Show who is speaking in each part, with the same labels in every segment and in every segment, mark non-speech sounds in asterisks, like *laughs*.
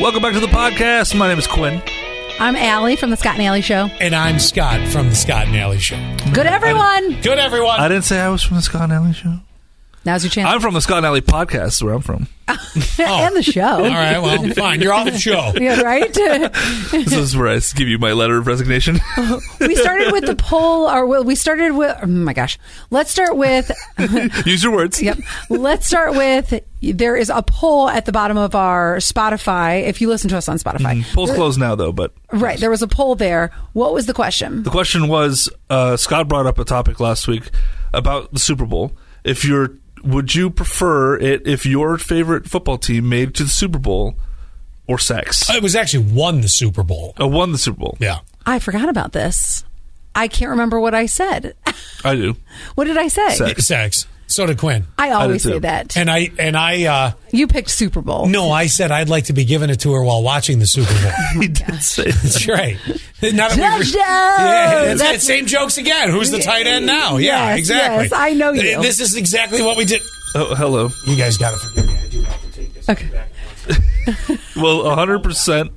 Speaker 1: Welcome back to the podcast. My name is Quinn.
Speaker 2: I'm Allie from the Scott and Allie Show.
Speaker 3: And I'm Scott from the Scott and Alley Show.
Speaker 2: Good, everyone.
Speaker 3: Good, everyone.
Speaker 1: I didn't say I was from the Scott and Alley show.
Speaker 2: Now's your chance.
Speaker 1: I'm from the Scott and Alley podcast, is where I'm from.
Speaker 2: *laughs* and the show.
Speaker 3: All right, well, fine. You're off
Speaker 2: *laughs*
Speaker 3: the show.
Speaker 2: Yeah, right?
Speaker 3: *laughs*
Speaker 1: this is where I s- give you my letter of resignation. *laughs*
Speaker 2: we started with the poll, or well, we started with, oh my gosh. Let's start with, *laughs*
Speaker 1: Use your words.
Speaker 2: yep. Let's start with, there is a poll at the bottom of our Spotify. If you listen to us on Spotify,
Speaker 1: Poll's closed now, though, but
Speaker 3: Mm-hmm.
Speaker 2: right, there was a poll there. What was the question?
Speaker 1: the question was uh, Scott brought up a topic last week about the Super Bowl. If you're, would you prefer it if your favorite football team made it to the Super Bowl or sex?
Speaker 3: It was actually won the Super Bowl.
Speaker 1: I won the Super Bowl.
Speaker 3: Yeah.
Speaker 2: I forgot about this. I can't remember what I said. *laughs*
Speaker 1: I do.
Speaker 2: what did I say?
Speaker 1: Sex.
Speaker 3: Sex. So did Quinn.
Speaker 2: I always
Speaker 1: I did
Speaker 2: say
Speaker 1: too.
Speaker 2: that.
Speaker 3: And I and I uh
Speaker 2: You picked Super Bowl.
Speaker 3: no, I said I'd like to be given it to her while watching the Super Bowl.
Speaker 1: *laughs* He did say that.
Speaker 3: That's right. Now that we've re-
Speaker 2: Touchdown!
Speaker 3: *laughs* Yeah,
Speaker 2: That's-
Speaker 3: that's, that same jokes again. Who's the tight end now? Yeah,
Speaker 2: Yes,
Speaker 3: exactly.
Speaker 2: yes, I know you.
Speaker 3: This is exactly what we did.
Speaker 1: Oh, hello.
Speaker 3: You guys got to forgive me. I do have to take this
Speaker 2: Okay.
Speaker 3: back.
Speaker 1: Well, 100%,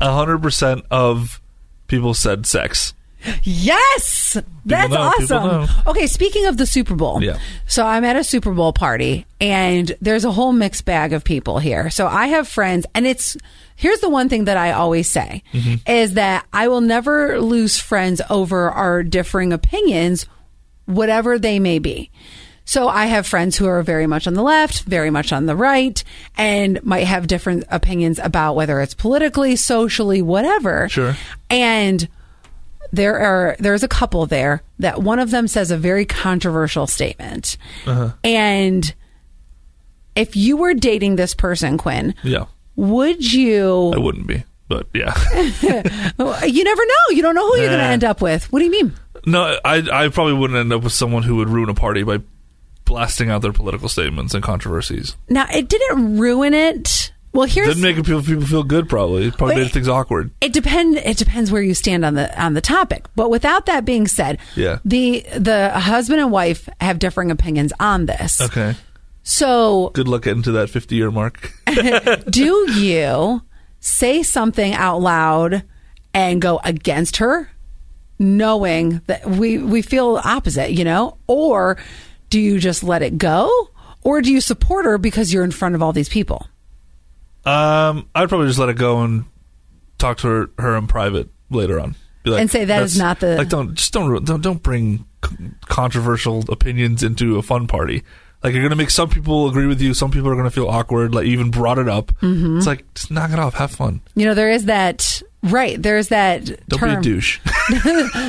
Speaker 1: 100% of people said sex.
Speaker 2: Yes, that's
Speaker 1: know, people know.
Speaker 2: awesome. Okay, speaking of the Super Bowl,
Speaker 1: Yeah.
Speaker 2: So I'm at a Super Bowl party, and there's a whole mixed bag of people here. So I have friends, and it's here's the one thing that I always say
Speaker 1: Mm-hmm.
Speaker 2: is that I will never lose friends over our differing opinions, whatever they may be. So I have friends who are very much on the left, very much on the right, and might have different opinions about whether it's politically, socially, whatever.
Speaker 1: Sure.
Speaker 2: And there are there's a couple there that one of them says a very controversial statement
Speaker 1: Uh-huh.
Speaker 2: and if you were dating this person quinn
Speaker 1: Yeah.
Speaker 2: would
Speaker 1: I
Speaker 2: you
Speaker 1: wouldn't be, but yeah. *laughs*
Speaker 2: you never know you don't know who you're going to
Speaker 1: Nah.
Speaker 2: end up with what do you mean
Speaker 1: no, I I probably wouldn't end up with someone who would ruin a party by blasting out their political statements and controversies.
Speaker 2: now it didn't ruin it well here's
Speaker 1: Didn't make people people feel good. Probably probably
Speaker 2: Wait.
Speaker 1: made things awkward.
Speaker 2: it depend it depends where you stand on the on the topic. But without that being said,
Speaker 1: Yeah.
Speaker 2: the the husband and wife have differing opinions on this.
Speaker 1: Okay.
Speaker 2: So
Speaker 1: Good luck getting to that fifty year mark.
Speaker 2: *laughs* do you say something out loud and go against her knowing that we we feel opposite you know or do you just let it go or do you support her because you're in front of all these people
Speaker 1: Um, I'd probably just let it go and talk to her, her in private later on. Be like,
Speaker 2: And say that is
Speaker 1: "That's-
Speaker 2: not the-
Speaker 1: like. Don't just don't ru- don't don't bring c- controversial opinions into a fun party. Like you're gonna make some people agree with you. Some people are gonna feel awkward. Like you even brought it up.
Speaker 2: Mm-hmm.
Speaker 1: It's like just knock it off. Have fun.
Speaker 2: you know there is that right there's that
Speaker 1: Don't
Speaker 2: term
Speaker 1: be a douche. *laughs*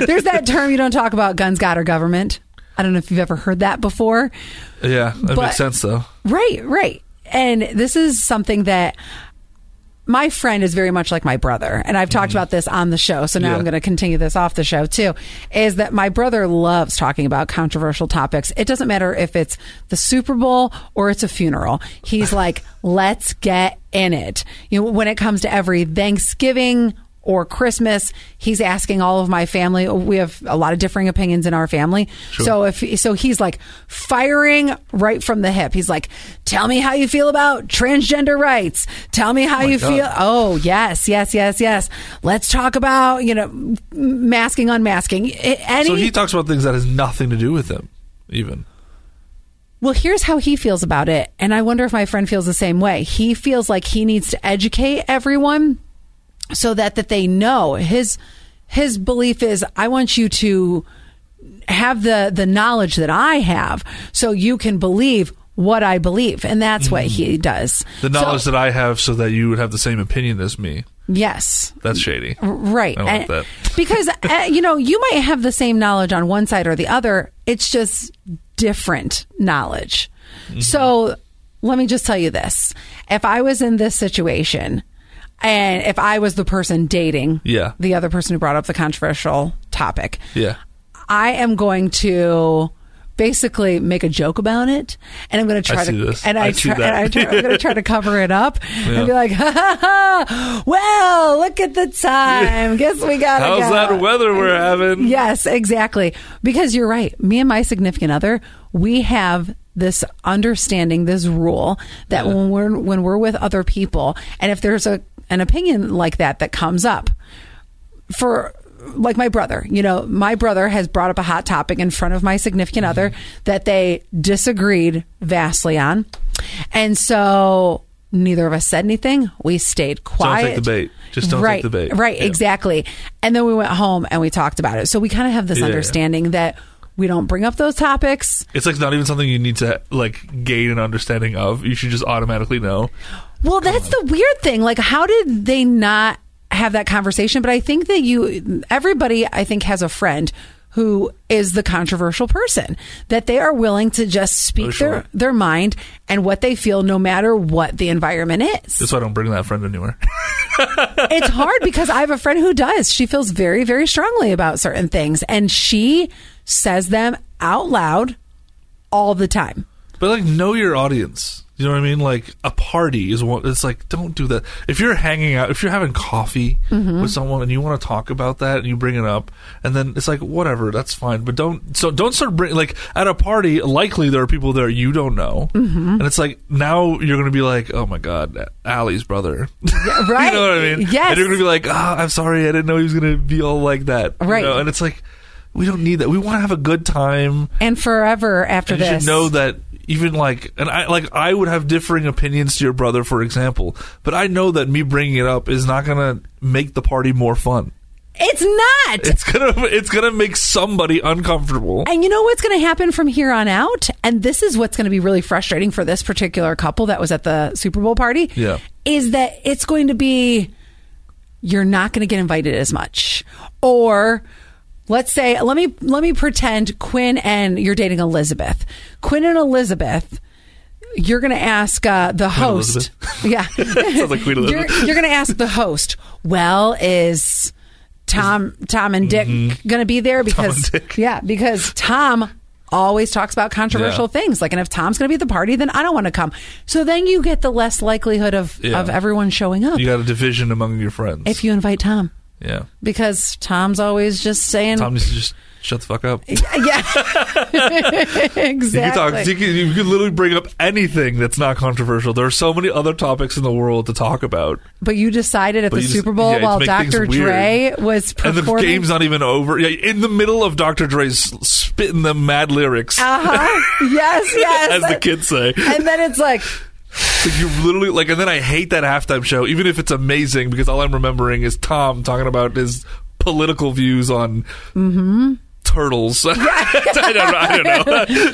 Speaker 2: there's that term you don't talk about guns god or government i don't know if you've ever heard that before
Speaker 1: yeah, that
Speaker 2: But-
Speaker 1: makes sense though.
Speaker 2: Right, right. And this is something that my friend is very much like my brother. And I've talked about this on the show. So now
Speaker 1: Yeah.
Speaker 2: I'm going to continue this off the show too. Is that my brother loves talking about controversial topics. It doesn't matter if it's the Super Bowl or it's a funeral. He's like, *laughs* let's get in it. You know, when it comes to every Thanksgiving, or Christmas, he's asking all of my family. We have a lot of differing opinions in our family. So if so, he's like firing right from the hip. He's like, "Tell me how you feel about transgender rights. Tell me how you
Speaker 1: God.
Speaker 2: feel." Oh yes, yes, yes, yes. Let's talk about you know m- masking, unmasking. I- Any
Speaker 1: So he talks about things that has nothing to do with him, even.
Speaker 2: Well, here's how he feels about it. And I wonder if my friend feels the same way. He feels like he needs to educate everyone so that that they know his his belief is I want you to have the the knowledge that I have so you can believe what I believe. And that's what he does.
Speaker 1: Mm. The
Speaker 2: So-
Speaker 1: knowledge that I have, so that you would have the same opinion as me.
Speaker 2: Yes.
Speaker 1: That's shady.
Speaker 2: Right.
Speaker 1: I like
Speaker 2: And-
Speaker 1: that.
Speaker 2: *laughs* because, uh, you know, you might have the same knowledge on one side or the other. It's just different knowledge.
Speaker 1: Mm-hmm.
Speaker 2: So let me just tell you this. If I was in this situation and if I was the person dating
Speaker 1: Yeah.
Speaker 2: the other person who brought up the controversial topic,
Speaker 1: Yeah.
Speaker 2: I am going to basically make a joke about it and I'm going to try
Speaker 1: I see
Speaker 2: to
Speaker 1: this.
Speaker 2: and I,
Speaker 1: I see
Speaker 2: try, and
Speaker 1: that.
Speaker 2: I try, I'm going to try to cover it up
Speaker 1: Yeah.
Speaker 2: and be like, *laughs* ha, ha, ha, well, look at the time. Guess we got
Speaker 1: How's
Speaker 2: go.
Speaker 1: that weather we're having?
Speaker 2: Yes, exactly. Because you're right. Me and my significant other, we have this understanding, this rule that when we're when we're with other people, and if there's a an opinion like that that comes up for like my brother, you know, my brother has brought up a hot topic in front of my significant other
Speaker 1: Mm-hmm.
Speaker 2: that they disagreed vastly on. And so neither of us said anything. We stayed
Speaker 1: take
Speaker 2: quiet.
Speaker 1: the bait. Just don't take
Speaker 2: right,
Speaker 1: the bait.
Speaker 2: Right,
Speaker 1: Yeah.
Speaker 2: exactly. And then we went home and we talked about it. So we kind of have this
Speaker 1: Yeah.
Speaker 2: understanding that we don't bring up those topics.
Speaker 1: It's like not even something you need to like gain an understanding of. You should just automatically know.
Speaker 2: Well, that's the weird thing. Like, how did they not have that conversation? But I think that you, everybody, I think, has a friend who is the controversial person that they are willing to just speak
Speaker 1: For sure.
Speaker 2: their, their mind and what they feel no matter what the
Speaker 1: *laughs*
Speaker 2: environment is.
Speaker 1: That's why I don't bring that friend anywhere.
Speaker 2: it's hard because I have a friend who does. She feels very, very strongly about certain things and she says them out loud all the time.
Speaker 1: But like, know your audience. You know what I mean? Like a party is one. It's like don't do that. If you're hanging out, if you're having coffee
Speaker 2: Mm-hmm.
Speaker 1: with someone and you want to talk about that and you bring it up, and then it's like whatever, that's fine. But don't so don't start bring like at a party. Likely there are people there you don't know,
Speaker 2: Mm-hmm.
Speaker 1: and it's like now you're gonna be like, oh my god, Allie's brother. *laughs*
Speaker 2: right.
Speaker 1: you know what I mean?
Speaker 2: Yes.
Speaker 1: And you're gonna be like, ah, I'm sorry, I didn't know he was gonna be all like that. you
Speaker 2: Right.
Speaker 1: know? And it's like. We don't need that. We want to have a good time
Speaker 2: And forever after
Speaker 1: and you
Speaker 2: this.
Speaker 1: should know that even like and I like I would have differing opinions to your brother, for example. But I know that me bringing it up is not gonna make the party more fun.
Speaker 2: it's not.
Speaker 1: It's gonna it's gonna make somebody uncomfortable.
Speaker 2: And you know what's going to happen from here on out? And this is what's going to be really frustrating for this particular couple that was at the Super Bowl party.
Speaker 1: Yeah.
Speaker 2: Is that it's going to be, you're not going to get invited as much. Or let's say, let me, let me pretend Quinn and you're dating Elizabeth. Quinn and Elizabeth. You're going to ask uh, the host. *laughs* Yeah.
Speaker 1: *laughs* Sounds like Queen Elizabeth.
Speaker 2: You're, you're going to ask the host. Well, is Tom, Tom and Dick going to be there because
Speaker 1: Mm-hmm. Dick.
Speaker 2: yeah, because Tom always talks about controversial
Speaker 1: Yeah.
Speaker 2: things. Like, and if Tom's going to be at the party, then I don't want to come. So then you get the less likelihood of
Speaker 1: Yeah.
Speaker 2: of everyone showing up
Speaker 1: You got a division among your friends.
Speaker 2: if you invite Tom
Speaker 1: yeah.
Speaker 2: because Tom's always just saying.
Speaker 1: Tom needs to just shut the fuck up.
Speaker 2: *laughs*
Speaker 1: *laughs*
Speaker 2: yeah, exactly.
Speaker 1: You can talk. You can, you can literally bring up anything that's not controversial. There are so many other topics in the world to talk about,
Speaker 2: but you decided at
Speaker 1: But
Speaker 2: the
Speaker 1: you just-
Speaker 2: Super Bowl
Speaker 1: yeah, to
Speaker 2: while
Speaker 1: make things
Speaker 2: Dr. Dre was
Speaker 1: and
Speaker 2: performing.
Speaker 1: the game's not even over. Yeah, in the middle of Dr. Dre's spitting the mad lyrics,
Speaker 2: *laughs* uh-huh. yes, yes.
Speaker 1: *laughs* as the kids say.
Speaker 2: and then it's like,
Speaker 1: Like you literally like, and then I hate that halftime show, even if it's amazing, because all I'm remembering is Tom talking about his political views on turtles. *laughs* I, don't, I don't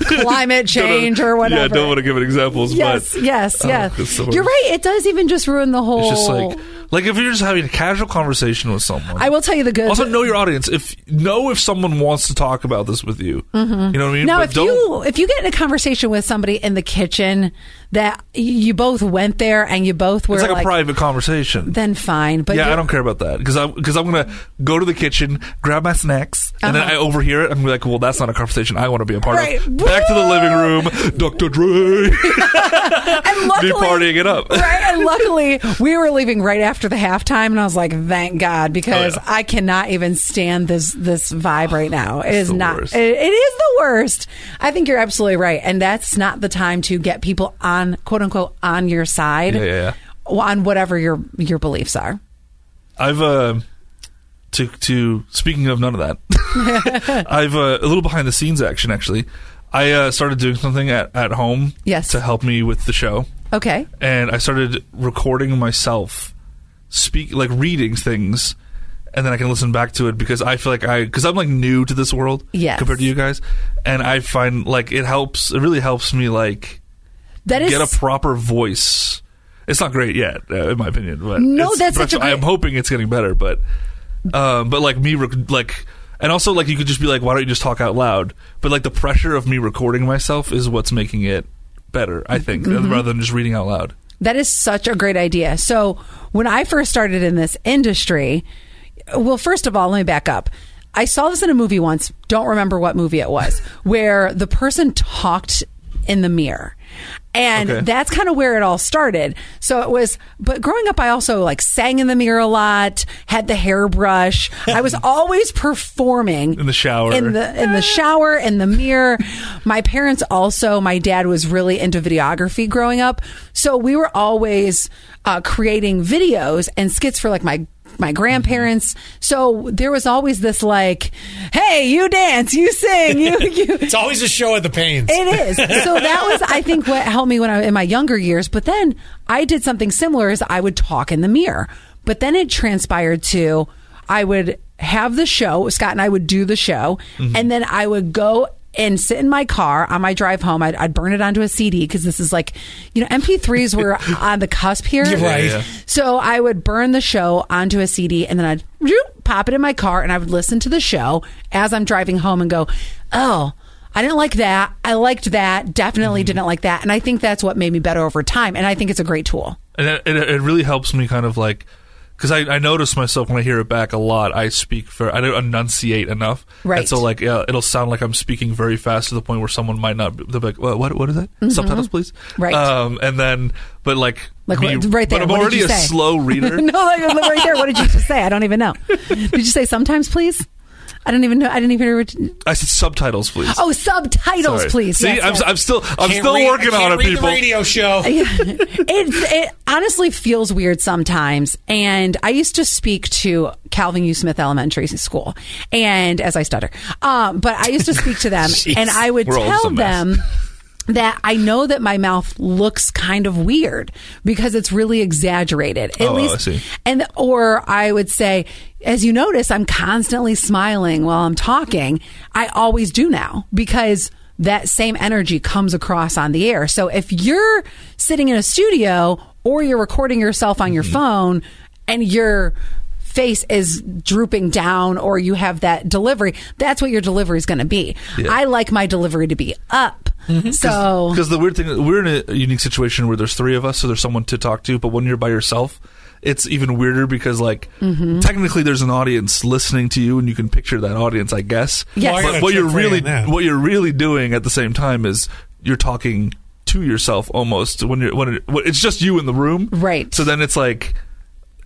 Speaker 1: know. *laughs*
Speaker 2: climate change or whatever.
Speaker 1: Yeah, don't want to give it examples,
Speaker 2: Yes,
Speaker 1: but
Speaker 2: yes,
Speaker 1: Oh, it's
Speaker 2: yes.
Speaker 1: the worst.
Speaker 2: You're right. It does even just ruin the whole.
Speaker 1: it's just like, like if you're just having a casual conversation with someone.
Speaker 2: I will tell you the good.
Speaker 1: also know your audience. If know if someone wants to talk about this with you, you know what I mean.
Speaker 2: Mm-hmm. now,
Speaker 1: But
Speaker 2: if
Speaker 1: don't-
Speaker 2: you if you get in a conversation with somebody in the kitchen that you both went there and you both were
Speaker 1: it's like,
Speaker 2: like,
Speaker 1: a private conversation.
Speaker 2: then fine. But
Speaker 1: yeah,
Speaker 2: you're-
Speaker 1: I don't care about that because I'm because I'm gonna go to the kitchen, grab my snacks, and then
Speaker 2: Uh-huh.
Speaker 1: I overhear it. I'm gonna be like, well, that's not a conversation I want to be a part
Speaker 2: Right.
Speaker 1: of. Back to the living room, Dr. Dre, *laughs*
Speaker 2: And luckily,
Speaker 1: be partying it up.
Speaker 2: right?
Speaker 1: *laughs*
Speaker 2: And luckily, we were leaving right after the halftime, and I was like, "Thank God," because
Speaker 1: Oh, yeah.
Speaker 2: I cannot even stand this this vibe right now. It is
Speaker 1: the
Speaker 2: not.
Speaker 1: worst.
Speaker 2: It, it is the worst. I think you're absolutely right, and that's not the time to get people on quote unquote on your side
Speaker 1: Yeah, yeah,
Speaker 2: on whatever your your beliefs are.
Speaker 1: I've uh, to to speaking of none of that,
Speaker 2: *laughs*
Speaker 1: I've uh, a little behind the scenes action actually. I uh, started doing something at at home,
Speaker 2: Yes.
Speaker 1: to help me with the show.
Speaker 2: Okay.
Speaker 1: and I started recording myself speak like reading things and then I can listen back to it because I feel like I cuz I'm like new to this world
Speaker 2: Yes.
Speaker 1: compared to you guys and I find like it helps it really helps me like
Speaker 2: That is
Speaker 1: get a proper voice. It's not great yet uh, in my opinion but
Speaker 2: No,
Speaker 1: it's-
Speaker 2: that's
Speaker 1: but
Speaker 2: such a
Speaker 1: I- I'm
Speaker 2: great-
Speaker 1: hoping it's getting better but um but like me rec- like and also like you could just be like why don't you just talk out loud but like the pressure of me recording myself is what's making it better I think
Speaker 2: Mm-hmm.
Speaker 1: rather than just reading out loud.
Speaker 2: That is such a great idea. So, when I first started in this industry, well, first of all, let me back up. I saw this in a movie once, don't remember what movie it was, where the person talked in the mirror. And
Speaker 1: Okay.
Speaker 2: that's kind of where it all started. So it was, but growing up, I also like sang in the mirror a lot, had the hairbrush. I was always performing
Speaker 1: In the shower.
Speaker 2: in the in the shower, in the mirror. My parents also, my dad was really into videography growing up, so we were always uh, creating videos and skits for like my my grandparents. So there was always this like, "Hey, you dance, you sing, you you."
Speaker 3: It's always a show at the pains.
Speaker 2: It is. So that was, I think, what helped me when I in my younger years. But then I did something similar: is I would talk in the mirror. But then it transpired to I would have the show. Scott and I would do the show, and then I would go and sit in my car on my drive home. I'd, I'd burn it onto a CD because this is like, you know, MP3s were on the cusp here. *laughs*
Speaker 3: You're right.
Speaker 1: Yeah, yeah.
Speaker 2: So I would burn the show onto a CD and then I'd zoop, pop it in my car and I would listen to the show as I'm driving home and go, oh, I didn't like that. I liked that. Definitely
Speaker 1: Mm-hmm.
Speaker 2: didn't like that. And I think that's what made me better over time. And I think it's a great tool.
Speaker 1: and it, it, it really helps me kind of like because I, I notice myself when I hear it back a lot. I speak for I don't enunciate enough,
Speaker 2: Right.
Speaker 1: And so like uh, it'll sound like I'm speaking very fast to the point where someone might not. Be, they'll be like, what, what what is that? Subtitles, please.
Speaker 2: Mm-hmm. Right.
Speaker 1: Um, and then but like
Speaker 2: Like,
Speaker 1: me-
Speaker 2: what- right there,
Speaker 1: But I'm
Speaker 2: what did
Speaker 1: already
Speaker 2: you
Speaker 1: a
Speaker 2: say? *laughs*
Speaker 1: slow reader.
Speaker 2: no, like, right there. What did you just say? I don't even know. Did you say sometimes, please? I don't even know. I didn't even hear what.
Speaker 1: I said subtitles, please.
Speaker 2: Oh, subtitles,
Speaker 1: Sorry.
Speaker 2: please.
Speaker 1: See,
Speaker 2: Yes,
Speaker 1: I'm,
Speaker 2: yes.
Speaker 1: I'm still I'm
Speaker 3: Can't
Speaker 1: still
Speaker 3: read-
Speaker 1: working
Speaker 3: I
Speaker 1: on
Speaker 3: can't
Speaker 1: it,
Speaker 3: read
Speaker 1: people.
Speaker 3: The radio show.
Speaker 2: *laughs* it, it honestly feels weird sometimes. And I used to speak to Calvin U. Smith Elementary School, and as I stutter, um, but I used to speak
Speaker 1: *laughs*
Speaker 2: to them, and I would
Speaker 1: We're all just
Speaker 2: tell
Speaker 1: a mess.
Speaker 2: them that I know that my mouth looks kind of weird because it's really exaggerated. At
Speaker 1: Oh, I
Speaker 2: least,
Speaker 1: see.
Speaker 2: and or I would say, as you notice, I'm constantly smiling while I'm talking. I always do now because that same energy comes across on the air. So if you're sitting in a studio or you're recording yourself on your phone and your face is drooping down or you have that delivery that's what your delivery is going to be
Speaker 1: Yeah.
Speaker 2: i like my delivery to be up so
Speaker 1: Because the weird thing, we're in a unique situation where there's three of us, so there's someone to talk to. But when you're by yourself, it's even weirder because, like, technically there's an audience listening to you, and you can picture that audience, I guess.
Speaker 2: Yes. Well, I
Speaker 1: But
Speaker 3: got a
Speaker 1: what
Speaker 3: trick
Speaker 1: you're
Speaker 3: for you
Speaker 1: really,
Speaker 3: on that.
Speaker 1: what you're really doing at the same time is you're talking to yourself almost when you're when, it, when it's just you in the room,
Speaker 2: Right.
Speaker 1: So then it's like.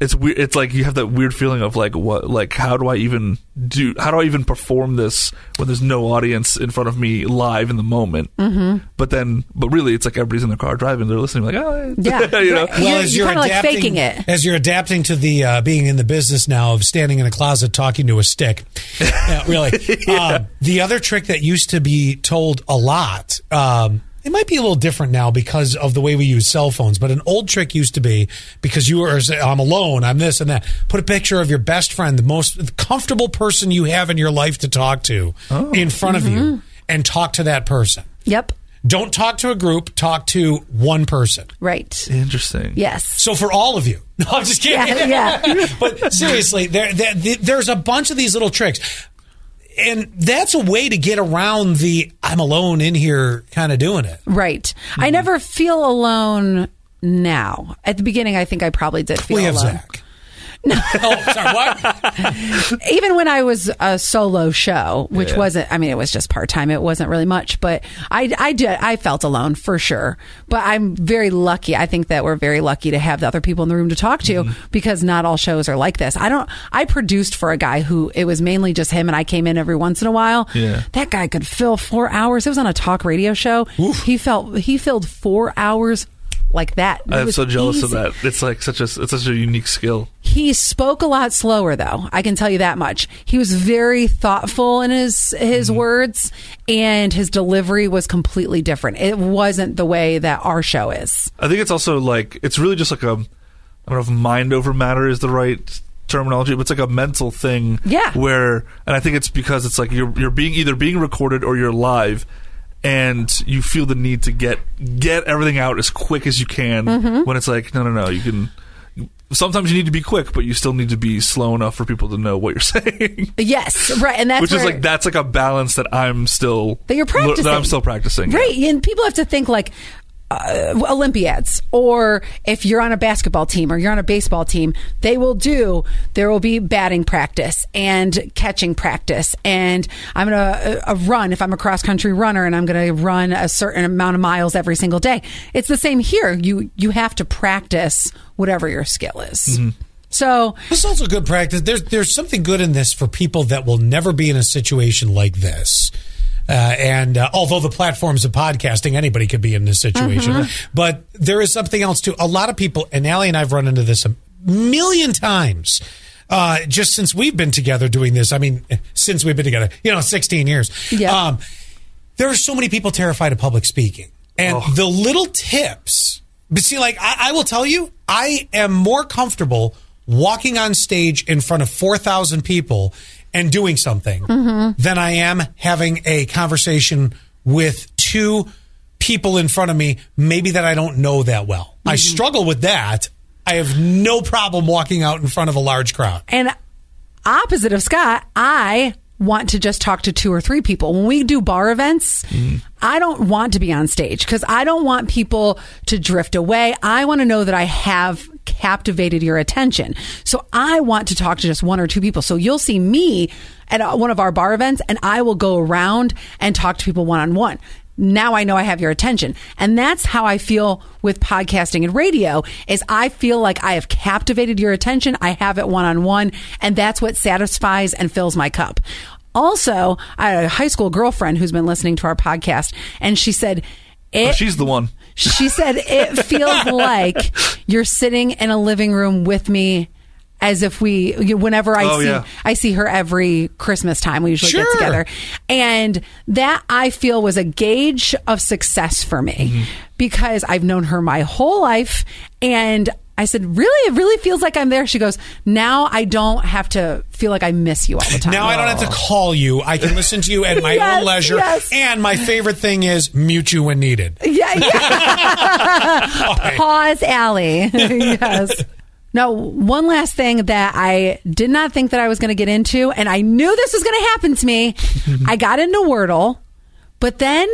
Speaker 1: It's weird. It's like you have that weird feeling of like what, like how do I even do? How do I even perform this when there's no audience in front of me live in the moment? Mm-hmm. But then, but really, it's like everybody's in their car driving. They're listening, like, oh,
Speaker 2: Yeah.
Speaker 1: *laughs* you know,
Speaker 2: Right. You're- you're kinda like faking it.
Speaker 3: as you're adapting to the uh, being in the business now of standing in a closet talking to
Speaker 2: *laughs*
Speaker 3: a stick. Yeah, really, um, the other trick that used to be told a lot. Um, it might be a little different now because of the way we use cell phones, but an old trick used to be because you are I'm alone, I'm this and that. Put a picture of your best friend, the most comfortable person you have in your life to talk to,
Speaker 2: Oh.
Speaker 3: in front of
Speaker 2: Mm-hmm.
Speaker 3: you, and talk to that person.
Speaker 2: yep
Speaker 3: Don't talk to a group. Talk to one person.
Speaker 2: right
Speaker 1: interesting.
Speaker 2: yes
Speaker 3: So for all of you, *laughs* no, I'm just kidding.
Speaker 2: Yeah, yeah.
Speaker 3: *laughs* but seriously, there, there, there's a bunch of these little tricks, and that's a way to get around the "I'm alone in here" kind of doing it. Mm-hmm.
Speaker 2: Right. I never feel alone now. At the beginning, I think I probably did feel
Speaker 3: We have
Speaker 2: alone.
Speaker 3: Zach. *laughs* oh, sorry. What?
Speaker 2: Even when I was a solo show, which
Speaker 1: Yeah.
Speaker 2: wasn't, I mean, it was just part time. It wasn't really much, but I, I did, I felt alone for sure. But I'm very lucky. I think that we're very lucky to have the other people in the room to talk to
Speaker 1: Mm-hmm.
Speaker 2: because not all shows are like this. I don't, I produced for a guy who it was mainly just him and I came in every once in a while.
Speaker 1: Yeah.
Speaker 2: That guy could fill four hours. It was on a talk radio show. He felt, he filled four hours like that. It
Speaker 1: I'm
Speaker 2: was
Speaker 1: so jealous of
Speaker 2: easy.
Speaker 1: that. It's like such a it's such a unique skill.
Speaker 2: He spoke a lot slower, though. I can tell you that much. He was very thoughtful in his his
Speaker 1: Mm-hmm.
Speaker 2: words, and his delivery was completely different. It wasn't the way that our show is.
Speaker 1: I think it's also like it's really just like a I don't know if mind over matter is the right terminology, but it's like a mental thing.
Speaker 2: Yeah.
Speaker 1: Where and I think it's because it's like you're you're being either being recorded or you're live and you feel the need to get get everything out as quick as you can
Speaker 2: Mm-hmm.
Speaker 1: when it's like, no no no, you can Sometimes you need to be quick, but you still need to be slow enough for people to know what you're *laughs* saying.
Speaker 2: Yes, right, and that's
Speaker 1: Which is
Speaker 2: where-
Speaker 1: like that's like a balance that I'm still
Speaker 2: That you're
Speaker 1: That
Speaker 2: practicing.
Speaker 1: I'm still practicing. yeah.
Speaker 2: Right, and people have to think like uh, Olympiads, or if you're on a basketball team or you're on a baseball team, they will do. There will be batting practice and catching practice, and I'm gonna uh, uh, run if I'm a cross country runner, and I'm gonna run a certain amount of miles every single day. It's the same here. You you have to practice whatever your skill is. So
Speaker 3: This is also good practice. There's there's something good in this for people that will never be in a situation like this. Uh, and uh, although the platforms of podcasting, anybody could be in this situation. But there is something else too. A lot of people, and Allie and I've run into this a million times. Uh, just since we've been together doing this, I mean, since we've been together, you know, 16 years.
Speaker 2: Yeah.
Speaker 3: Um, there are so many people terrified of public speaking. And the little tips, but see, like, I, I will tell you, I am more comfortable walking on stage in front of 4,000 people and doing something than I am having a conversation with two people in front of me, maybe that I don't know that well. I struggle with that. I have no problem walking out in front of a large crowd.
Speaker 2: And opposite of Scott, I want to just talk to two or three people. When we do bar events, I don't want to be on stage because I don't want people to drift away. I want to know that I have captivated your attention. So I want to talk to just one or two people. So you'll see me at uh, one of our bar events and I will go around and talk to people one on one now I know I have your attention. And that's how I feel with podcasting and radio is I feel like I have captivated your attention. I have it one on one and that's what satisfies and fills my cup. Also, I had a high school girlfriend who's been listening to our podcast and she said,
Speaker 1: Oh,
Speaker 2: it,
Speaker 1: she's the one.
Speaker 2: she said, it
Speaker 3: *laughs*
Speaker 2: feels like you're sitting in a living room with me as if we, whenever I
Speaker 1: Oh,
Speaker 2: see,
Speaker 1: yeah.
Speaker 2: I see her every Christmas time. We usually
Speaker 3: Sure.
Speaker 2: get together. And that I feel was a gauge of success for me
Speaker 3: Mm-hmm.
Speaker 2: because I've known her my whole life. And I said, really? It really feels like I'm there. She goes, now I don't have to feel like I miss you all the time.
Speaker 3: Now I don't have to call you. I can listen to you
Speaker 2: *laughs*
Speaker 3: at my
Speaker 2: Yes,
Speaker 3: own leisure.
Speaker 2: yes.
Speaker 3: And my favorite thing is mute you when needed.
Speaker 2: Yeah, yeah. Pause alley. *laughs* yes. Now, one last thing that I did not think that I was going to get into, and I knew this was going to happen to me. I got into Wordle, but then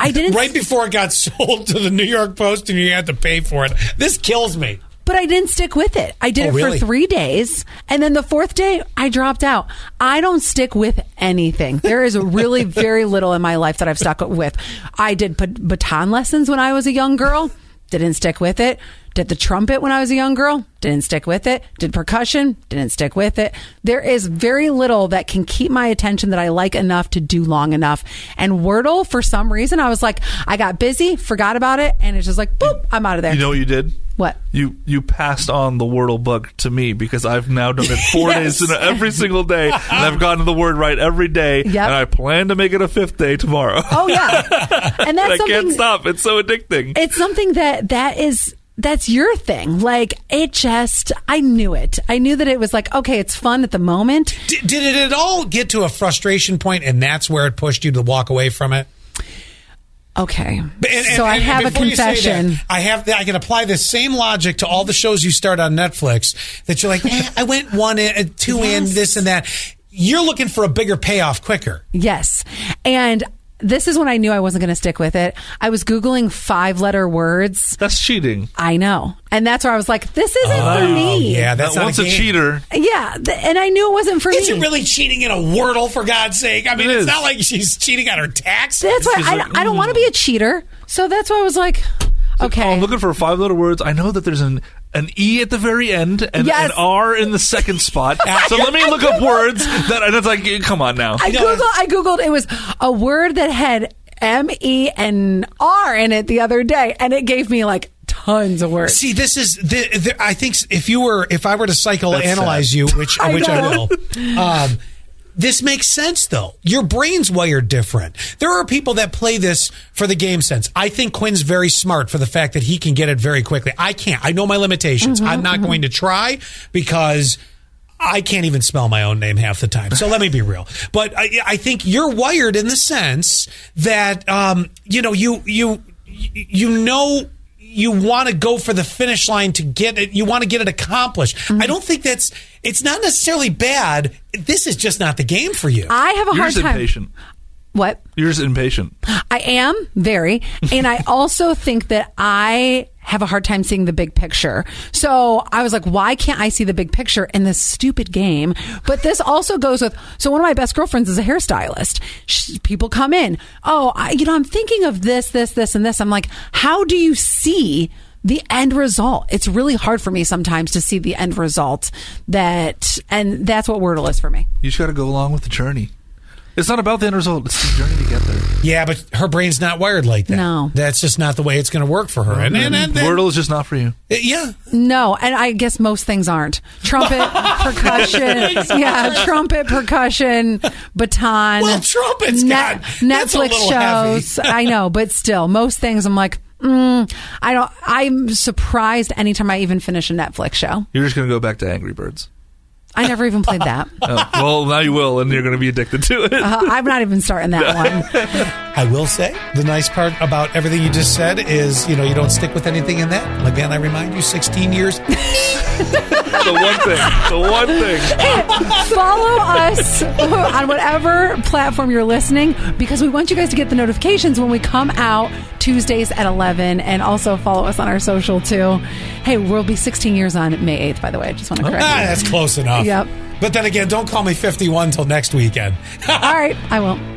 Speaker 2: I didn't.
Speaker 3: Right before it got *laughs* sold to the New York Post and you had to pay for it. This kills me.
Speaker 2: But I didn't stick with it. I did
Speaker 3: Oh,
Speaker 2: it
Speaker 3: really?
Speaker 2: for three days. And then the fourth day, I dropped out. I don't stick with anything. There is really very little in my life that I've stuck with. I did bat- baton lessons when I was a young girl, didn't stick with it. Did the trumpet when I was a young girl, didn't stick with it. Did percussion, didn't stick with it. There is very little that can keep my attention that I like enough to do long enough. And Wordle, for some reason, I was like, I got busy, forgot about it, and it's just like, boop, I'm out of there.
Speaker 1: You know what you did?
Speaker 2: What?
Speaker 1: You you passed on the Wordle bug to me because I've now done it
Speaker 2: *laughs*
Speaker 1: four
Speaker 3: Yes.
Speaker 1: days in a, every single day, and I've gotten the word right every day,
Speaker 2: Yep.
Speaker 1: and I plan to make it a fifth day tomorrow. *laughs*
Speaker 2: Oh yeah,
Speaker 3: *laughs*
Speaker 2: and that's
Speaker 1: I can't
Speaker 2: something.
Speaker 1: stop. It's so addicting.
Speaker 2: It's something that that is that's your thing. Like it just, I knew it. I knew that it was like okay, it's fun at the moment.
Speaker 3: D- did it at all get to a frustration point and that's where it pushed you to walk away from it?
Speaker 2: Okay,
Speaker 3: But- and- and-
Speaker 2: so I
Speaker 3: and
Speaker 2: have a
Speaker 3: before you say that,
Speaker 2: confession.
Speaker 3: I have. I can apply this same logic to all the shows you start on Netflix. That you're like, eh, I went one in, uh, two in, this and that. You're looking for a bigger payoff quicker.
Speaker 2: Yes, and this is when I knew I wasn't going to stick with it. I was googling five letter words.
Speaker 1: That's cheating.
Speaker 2: I know, and that's where I was like, this isn't for me.
Speaker 3: Oh, Yeah, that's
Speaker 1: that
Speaker 3: not
Speaker 1: Uh, once
Speaker 3: a,
Speaker 1: a,
Speaker 3: game.
Speaker 1: cheater.
Speaker 2: Yeah, th- and I knew it wasn't for
Speaker 3: Is
Speaker 2: me.
Speaker 3: it really cheating in a Wordle? For God's sake! I mean,
Speaker 1: It
Speaker 3: it's
Speaker 1: is.
Speaker 3: not like she's cheating on her taxes.
Speaker 2: That's why
Speaker 1: She's
Speaker 2: I,
Speaker 1: like,
Speaker 2: I don't want to be a cheater. So that's why I was like,
Speaker 3: oh,
Speaker 2: okay.
Speaker 1: I'm looking for five little words. I know that there's an an E at the very end and
Speaker 2: Yes.
Speaker 1: an R in the second spot. so
Speaker 2: *laughs*
Speaker 1: let me look up words that and it's like come on now.
Speaker 2: I
Speaker 3: No,
Speaker 2: googled. I googled. It was a word that had M E and R in it the other day, and it gave me like tons of words.
Speaker 3: See, this is the, the. I think if you were, if I were to
Speaker 1: That's
Speaker 3: psychoanalyze
Speaker 1: sad.
Speaker 3: you, which
Speaker 2: I
Speaker 3: which
Speaker 2: know.
Speaker 3: I will, um, this makes sense though. Your brain's wired different. There are people that play this for the game sense. I think Quinn's very smart for the fact that he can get it very quickly. I can't. I know my limitations. I'm not going to try because. I can't even spell my own name half the time. So let me be real. But I, I think you're wired in the sense that um, you know you you you know you want to go for the finish line to get it. You want to get it accomplished.
Speaker 2: Mm-hmm.
Speaker 3: I don't think that's. It's not necessarily bad. This is just not the game for you.
Speaker 2: I have a
Speaker 1: You're
Speaker 2: hard
Speaker 1: just
Speaker 2: time.
Speaker 1: impatient.
Speaker 2: What?
Speaker 1: You're just impatient.
Speaker 2: I am very. And I also think that I have a hard time seeing the big picture. So I was like, why can't I see the big picture in this stupid game? But this also goes with, so one of my best girlfriends is a hairstylist. She, people come in. Oh, I, you know, I'm thinking of this, this, this, and this. I'm like, how do you see the end result? It's really hard for me sometimes to see the end result that, and that's what Wordle is for me.
Speaker 1: You just got to go along with the journey. It's not about the end result. It's the journey to get there.
Speaker 3: Yeah, but her brain's not wired like that.
Speaker 2: No.
Speaker 3: That's just not the way it's going to work for her. And, and, and, and-
Speaker 1: Wordle is just not for you.
Speaker 3: yeah.
Speaker 2: No, and I guess most things aren't. Trumpet,
Speaker 3: *laughs*
Speaker 2: percussion, yeah, trumpet, percussion, baton.
Speaker 3: Well, trumpet's got- that's a
Speaker 2: Netflix
Speaker 3: little
Speaker 2: shows. I know, but still, most things I'm like, mm, I don't. I'm surprised anytime I even finish a Netflix show.
Speaker 1: You're just going to go back to Angry Birds.
Speaker 2: I never even played
Speaker 3: *laughs*
Speaker 2: that. Uh,
Speaker 1: Oh, well, now you will, and you're going to be addicted to it.
Speaker 2: I'm not even starting that one.
Speaker 3: I will say the nice part about everything you just said is, you know, you don't stick with anything in that. Again, I remind you,
Speaker 2: *laughs*
Speaker 3: 16 years.
Speaker 1: the one thing. The one thing.
Speaker 2: Follow us *laughs* on whatever platform you're listening because we want you guys to get the notifications when we come out Tuesdays at 11 and also follow us on our social too. Hey, we'll be 16 years on May 8th, by the way. I just want to correct
Speaker 3: ah, that's close enough.
Speaker 2: Yep.
Speaker 3: But then again, don't call me 51 till next weekend. *laughs*
Speaker 2: you. All right, I won't.